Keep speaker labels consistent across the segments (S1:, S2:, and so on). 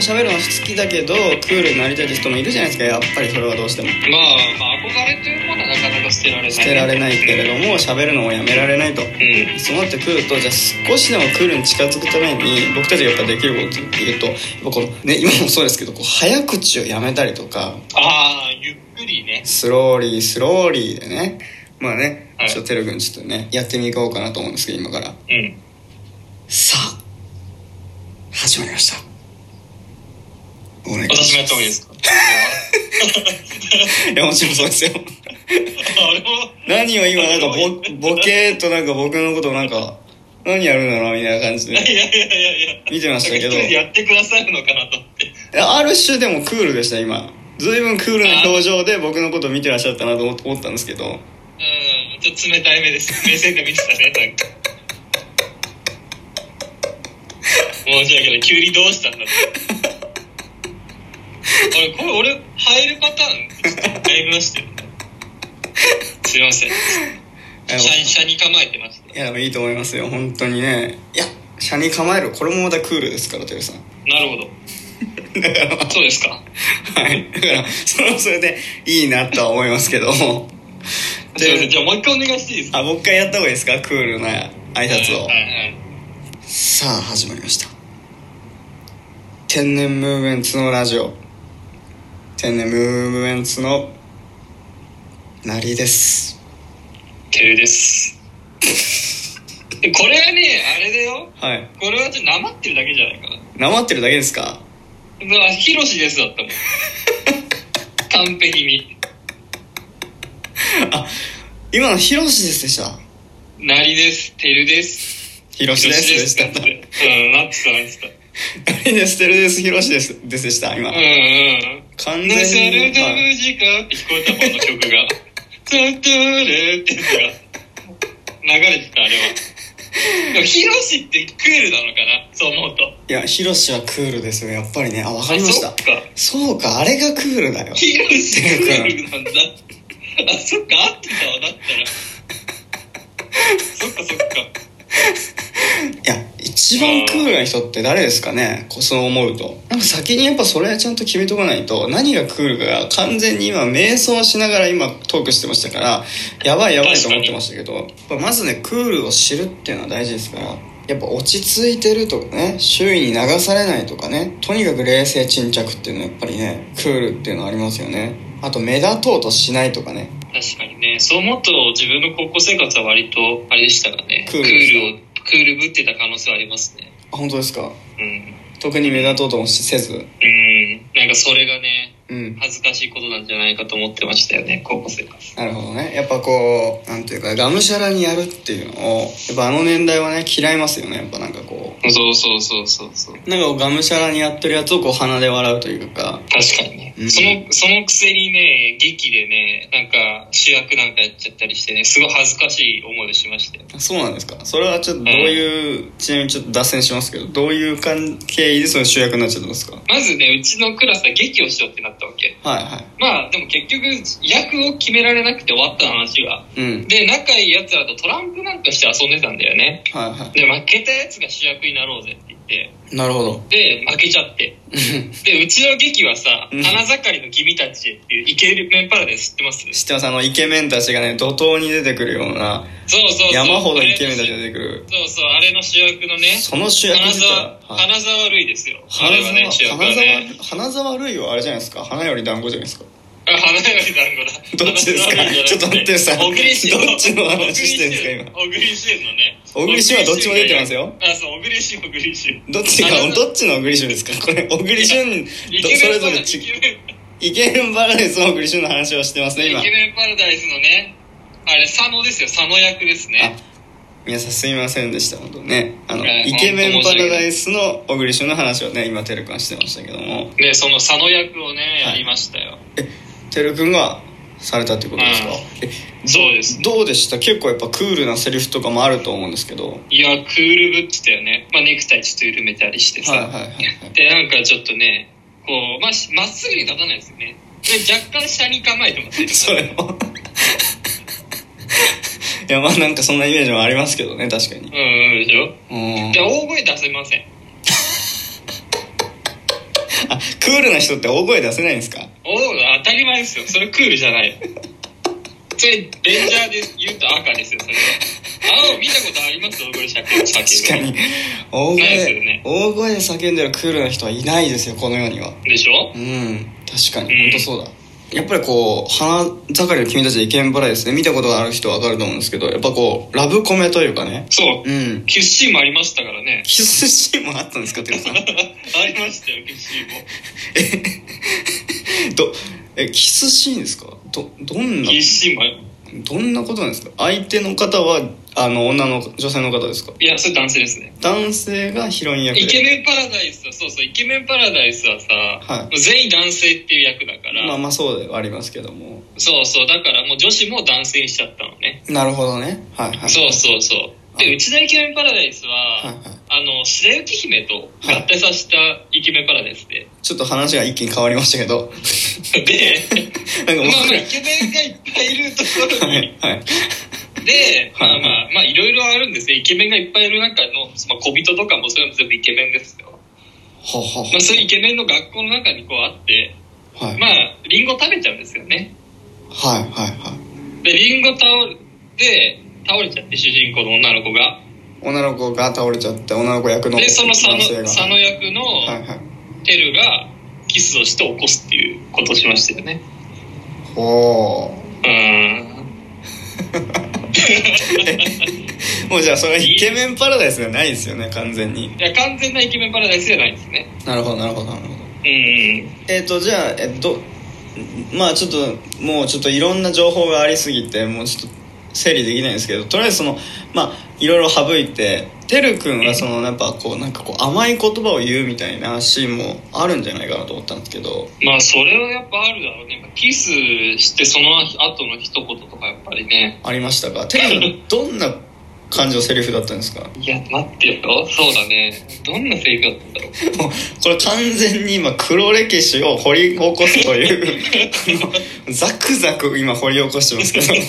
S1: 喋るの好きだけどクールになりたいって人もいるじゃないですかやっぱりそれはどうしても
S2: まあ、まあ、憧れというものはなかなか捨てられない
S1: 捨てられないけれども喋るのをやめられないと
S2: うん
S1: そうなってくるとじゃあ少しでもクールに近づくために僕たちがやっぱできることっていうとやっぱこの、ね、今もそうですけどこう早口をやめたりとか
S2: ああゆっくりね
S1: スローリースローリーでねまあね、
S2: はい
S1: ちょっとてるくんちょっとねやってみようかなと思うんですけど今から
S2: うん
S1: さあ始まりましたお願いします
S2: 私もやった方がいいですか
S1: いやもちろんそうですよ
S2: あれも
S1: 何を今なんか ボボケーっとなんか僕のことなんか何やるんだろうみたいな感じ
S2: いやい
S1: で
S2: やいやいやいや
S1: 見てま
S2: なん
S1: し
S2: か
S1: た
S2: 一
S1: け
S2: 人
S1: ど
S2: でやってくださるのかなと思って
S1: ある種でもクールでした今随分クールな表情で僕のこと見てらっしゃったなと思思ったんですけど
S2: うんちょっと冷たい目です目線で見てたねなんか申し訳ない急にどうしたんだって俺これ俺入るパターン入りましたよすいません
S1: え
S2: 車に車に構えてました
S1: いやでもいいと思いますよ本当にねいや車に構えるこれもまたクールですから豊さん
S2: なるほどそうですか
S1: はいだからそれもそれでいいなとは思いますけど
S2: すいません
S1: で
S2: じゃあもう一回お願いしていいですか
S1: あ僕からやった方がいいですかクールな挨拶を、
S2: はいはい
S1: さあ始まりました天然ムーブメンツのラジオ天然ムーブメンツのなりです
S2: てるですでこれはねあれだよ
S1: はい
S2: これはちょっとなまってるだけじゃないかな
S1: なまってるだけですか
S2: うわヒロシですだったもん 完璧に
S1: あ今のヒロシですでした
S2: なりですてるです
S1: ヒロシですでした
S2: ヒロシですだってうんなってたなってた
S1: なりですてるですヒロシですですでした今
S2: うんうん
S1: 完全
S2: うん「なさ
S1: に
S2: れた
S1: はい
S2: 無事か」って聞こえたもんあの曲が「されってやつが流れてたあれはでもヒロシってクールなのかなそう思うと
S1: いやヒロシはクールですよやっぱりねあわかりまし
S2: あ
S1: た
S2: そっか
S1: そうかあれがクールだよ
S2: ヒロシクールなんだあそっか合ってたわだったらそっかそっか
S1: いや一番クールな人って誰ですかねこうそう思うとなんか先にやっぱそれちゃんと決めとかないと何がクールかが完全に今瞑想しながら今トークしてましたからやばいやばいと思ってましたけどやっぱまずねクールを知るっていうのは大事ですからやっぱ落ち着いてるとかね周囲に流されないとかねとにかく冷静沈着っていうのはやっぱりねクールっていうのはありますよねあと目立とうとしないとかね
S2: 確かにねそう思うと自分の高校生活は割とあれでしたからね
S1: ク
S2: ク
S1: ー
S2: ー
S1: ルで
S2: ルをクールぶってた可能性はありますね
S1: あ本当ですか
S2: うん
S1: 特に目立とうともしせず
S2: うんなんかそれがね
S1: うん
S2: 恥ずかしいことなんじゃないかと思ってましたよね高校生活
S1: なるほどねやっぱこうなんていうかがむしゃらにやるっていうのをやっぱあの年代はね嫌いますよねやっぱなんかこ
S2: そうそうそうそうそう
S1: うなんかこうがむしゃらにやってるやつをこう鼻で笑うというか
S2: 確かにね、
S1: うん
S2: そのそのくせにね劇でねなんか主役なんかやっちゃったりしてねすごい恥ずかしい思いをしましたよ
S1: そうなんですかそれはちょっとどういう、ちなみにちょっと脱線しますけどどういう関係でその主役になっちゃったんですか
S2: まずねうちのクラスは劇をしようってなったわけ
S1: はいはい
S2: まあでも結局役を決められなくて終わった話が
S1: うん
S2: で仲いいやつらとトランプなんかして遊んでたんだよね
S1: はいは
S2: で負けたやつが主役になろうぜって言って
S1: いなるほ ど
S2: で負けちゃってでうちの劇はさ
S1: うん
S2: 花盛りの君たちっていうイケメンパラデス知ってますそう
S1: 知ってますあのイケメンたちがね怒涛に出てくるような
S2: そうそう
S1: 山ほどイケメンたちが
S2: あれ
S1: 出てくる
S2: そうそうあれの主役のね
S1: その主役
S2: 花
S1: 自体
S2: 沢
S1: はい
S2: 花沢類ですよあ
S1: 花
S2: れは
S1: 沢
S2: ね主役は
S1: 花
S2: ね
S1: 沢花沢類はあれじゃないですか花より団子じゃないですか
S2: あ花より団子だ
S1: どっちですか
S2: 花沢類じゃなく
S1: ちょっと待ってください
S2: 小栗旬
S1: どっちの話してんですか
S2: 小栗旬のね
S1: 小栗旬はどっちも出てますよ
S2: あそう小栗旬小栗旬
S1: どっちが
S2: あの
S1: どっちの小栗旬ですかこれ小栗旬
S2: イ
S1: ど
S2: ケ
S1: そ
S2: メ
S1: れ
S2: ン
S1: ぞ
S2: パラ
S1: れ
S2: ダイス
S1: ち
S2: イケメン
S1: イケメンバラエティの小栗旬の話をしてますね今
S2: イケメンパラダイスのねあれ佐野ですよ佐野役ですね
S1: 皆さんすいませんでした本当ねあの
S2: はい
S1: イケメンパラダイスの小栗旬の話をね今てるくんはしてましたけども
S2: でその佐野役をね
S1: はい
S2: やりましたよ、
S1: てるくんがされたってことですか
S2: うん
S1: え
S2: そうです
S1: どうでした結構やっぱクールなセリフとかもあると思うんですけど
S2: いやクールぶってたよね、まあ、ネクタイちょっと緩めたりしてさ、
S1: はいはいはいはい
S2: でなんかちょっとねこうまあしまっすぐに立たないですよねで若干下に構えてます
S1: それもいやまあなんかそんなイメージもありますけどね確かに
S2: うんうんでしょ
S1: うん
S2: で大声出せません
S1: あクールな人って大声出せないんですか
S2: おお当たり前ですよそれクールじゃないそれレンジャーで言うと赤ですよそれは青見たことあります大声叫
S1: 確
S2: ぶ
S1: かに
S2: 叫
S1: 大
S2: ないですよ
S1: 声、
S2: ね
S1: 大声で叫んでるクールな人はいないですよこの世には
S2: ぶでしょ
S1: うん確かに本当そうだやっぱりこう花盛りの君たちは意見払いですね見たことがある人は分かると思うんですけどやっぱこうラブコメというかね
S2: そう
S1: うん
S2: キュッシーもありましたからね
S1: キスシーンもあったんですかてるさん
S2: ありましたよキュッシーも
S1: え どえキスシーンですかどどんな
S2: キュッシーも
S1: どんなことなんですか相手の方はあの女の女性の方ですか
S2: いやそれ男性ですね
S1: 男性がヒロイン役で
S2: イケメンパラダイスはそうそうイケメンパラダイスはさ、
S1: はい
S2: もう全員男性っていう役だから、
S1: まあまあそうではありますけども
S2: そうそうだからもう女子も男性にしちゃったのね、
S1: なるほどねはいはい
S2: そうそうそう
S1: は
S2: で
S1: い
S2: 内田イケメンパラダイスは、
S1: はいはい
S2: あの白雪姫と合体させたイケメンパラダイスで、
S1: ちょっと話が一気に変わりましたけど
S2: で
S1: なんか
S2: まあ
S1: もう
S2: まあイケメンがいっぱいいるところ
S1: は
S2: に
S1: いはい
S2: でまあ
S1: はい
S2: まあまあいろいろあるんですよイケメンがいっぱいいる中の、まあ、小人とかもそういうの全部イケメンですよ、
S1: ははは
S2: まあ、そういうイケメンの学校の中にこうあって
S1: はい
S2: まあリンゴ食べちゃうんですよね
S1: はいはいはい
S2: でリンゴ倒れて倒れちゃって主人公の女の子が
S1: 女の子が倒れちゃって女の子役の
S2: でその佐野
S1: 男性が
S2: 佐野役
S1: はいはい
S2: の
S1: はい
S2: テルがキスをして起こすっていうことをしましたよね
S1: ほ
S2: うーん
S1: うもうじゃあそれはイケメンパラダイスじゃないですよね完全に
S2: いや完全なイケメンパラダイスじゃないですね
S1: なるほどなるほどなるほど
S2: うん
S1: えっ、とじゃあえっとまあちょっともうちょっといろんな情報がありすぎてもうちょっと整理できないんですけどとりあえずそのまあいろいろ省いててるくんはそのやっぱこうなんかこう甘い言葉を言うみたいなシーンもあるんじゃないかなと思ったんですけど
S2: うんまあそれはやっぱあるだろうねやっぱキスしてその後の一言とかやっぱりね
S1: ありましたがてるくんどんな感じのセリフだったんですか
S2: いや待ってよそうだねどんなセリフだったんだろう
S1: もうこれ完全に今黒歴史を掘り起こすというあのザクザク今掘り起こしてますけどね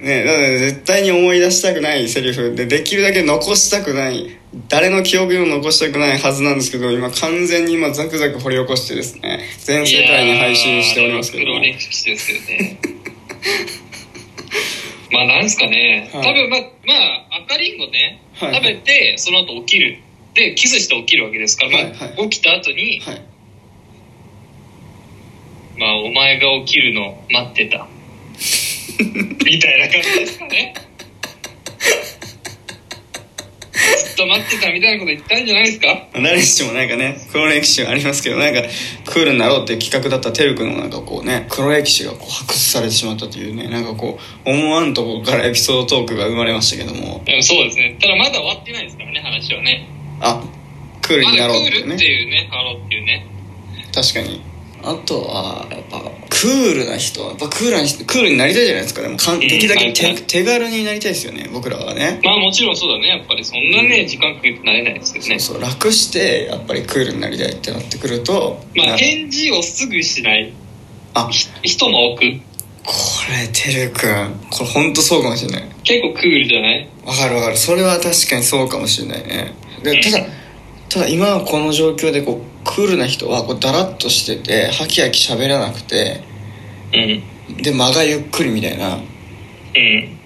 S1: なので絶対に思い出したくないセリフでできるだけ残したくない誰の記憶にも残したくないはずなんですけど今完全に今ザクザク掘り起こしてですね全世界に配信しておりますけど
S2: いやー黒歴史ですよね まあなんですかね、
S1: はい
S2: 多分まあまあ赤リンゴね、
S1: はい
S2: 食べてその後起きるでキスして起きるわけですから、まあ
S1: はいは
S2: 起きた後に、
S1: はい
S2: まあ、お前が起きるの待っ てたみたいな感じですかねずっと待ってたみたいなこと言ったんじゃないですか
S1: 誰しもなんかね黒歴史がありますけどなんかクールになろうっていう企画だったてるくんのなんかこうね黒歴史がこう発掘されてしまったというねなんかこう思わんとこからエピソードトークが生まれましたけども
S2: でもそうですねただまだ終わってないですからね話はね
S1: あクール
S2: ま
S1: にな
S2: だ
S1: ろう
S2: ク
S1: っていう
S2: ールっ
S1: ね
S2: ていうねハローっていうね
S1: 確かにあとはやっぱクールな人はやっぱクールな人クールになりたいじゃないですかでもかん
S2: ん
S1: できるだけ
S2: な
S1: 手
S2: りたい
S1: 手軽になりたいですよね僕らはね
S2: まあもちろんそうだねやっぱりそんなね時間かけてなれないですよね
S1: そう楽してやっぱりクールになりたいってなってくると
S2: ま
S1: な
S2: あ返事をすぐしない
S1: あ
S2: ひ人も多く
S1: これてるくんこれほんとそうかもしれない
S2: 結構クールじゃない
S1: わかるわかるそれは確かにそうかもしれないね
S2: う
S1: で
S2: ん
S1: ただただ今はこの状況でこうクールな人はこうだらっとしててハキハキ喋らなくて
S2: うん
S1: で間がゆっくりみたいな
S2: うん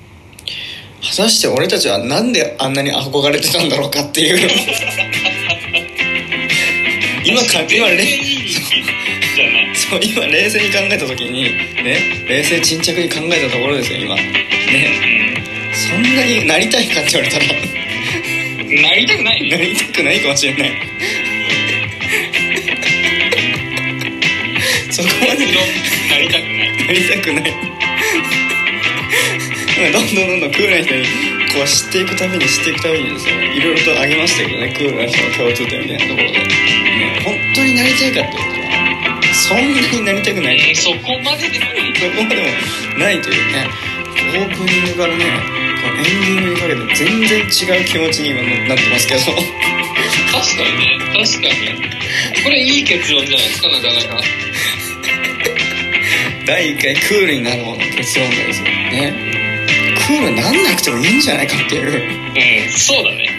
S1: 果たして俺たちはなんであんなに憧れてたんだろうかっていう今か
S2: 全
S1: 今
S2: 然
S1: れ
S2: いいじゃない
S1: そう今冷静に考えた時にね冷静沈着に考えたところですよ今ねそんなになりたいかって言われたら
S2: うんなりたくない
S1: な
S2: ね
S1: りたくないかもしれない そこまでや
S2: なりたくない
S1: りたくないどんどんどんどんクールな人にこう知っていくために知っていくためにですねいろいろとあげましたけどねクールな人の共通点みたいなところで、ね、本当になりたいかって言ったらそんなになりたくない
S2: うんそこまででもいい
S1: そこまでもないというねオープニングからねこうエンディングにかけて全然違う気持ちに今なってますけど
S2: 確かにね確かにこれいい結論じゃないですかなかなか
S1: 第1回クールになろうの結論がですよねクールになんなくてもいいんじゃないかっていう
S2: うんそうだね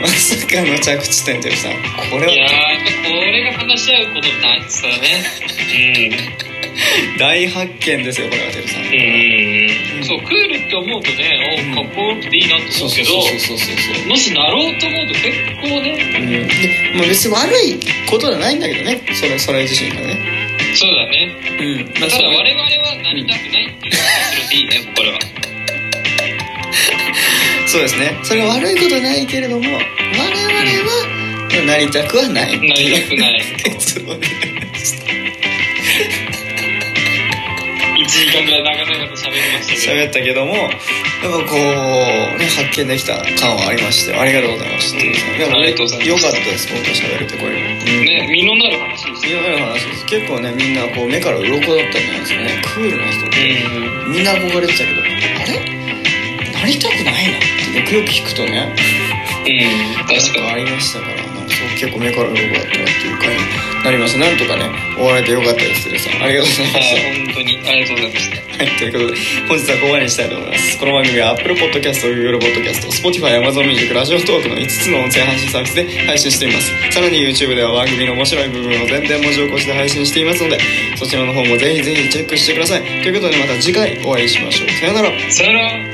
S1: まさかの着地点でさこれ
S2: いや
S1: は
S2: ー、これが話し合うことなんですよね。
S1: 大発見ですよこれはてるさん
S2: うん。うん。そう、クールって思うとね、おかっこよくていいなと
S1: そ
S2: 思
S1: うそ
S2: うけ
S1: う
S2: ど、
S1: そうそうそうそう
S2: もしなろうと思うと結構ね、
S1: うんでまあ別に悪いことじゃないんだけどねそれそれ自身がね
S2: そうだね。
S1: うん
S2: た
S1: まあ
S2: だ
S1: そ
S2: 我
S1: れ
S2: 々はなりたくないっていうのはそれでいいね、これは。
S1: そうですねそれは悪いことないけれども我々はなりたくはない
S2: なりたくない。
S1: 結論に
S2: 1時間ぐらい長々と喋りましたけど。
S1: 喋ったけどもやっぱこう、ね、発見できた感はありましてありがとうございました、
S2: うん
S1: でも
S2: ありがとうございます
S1: よかったです僕と喋れてこれ
S2: ね、身のなる話です
S1: 次
S2: よ。
S1: の話です結構ねみんなこう目から鱗だったんじゃないですかねクールな人
S2: うん。
S1: みんな憧れてたけどあれなりたくないなってよくよく聞くとね
S2: うん、確
S1: なんあ
S2: か
S1: りましたからなんかそう結構目から鱗だったなっていう感じになりましたなんとかね終われてよかったですテレさんありがとうございました
S2: に。本当に、ありがとうございました。
S1: はい、ということで、本日はここまでにしたいと思います。この番組は Apple Podcast、Google Podcast、Spotify、Amazon Music、ラジオトークの5つの音声配信サービスで配信しています。さらに YouTube では番組の面白い部分を全編文字起こしで配信していますので、そちらの方もぜひぜひチェックしてください。ということで、また次回お会いしましょう。さよなら。
S2: さよなら。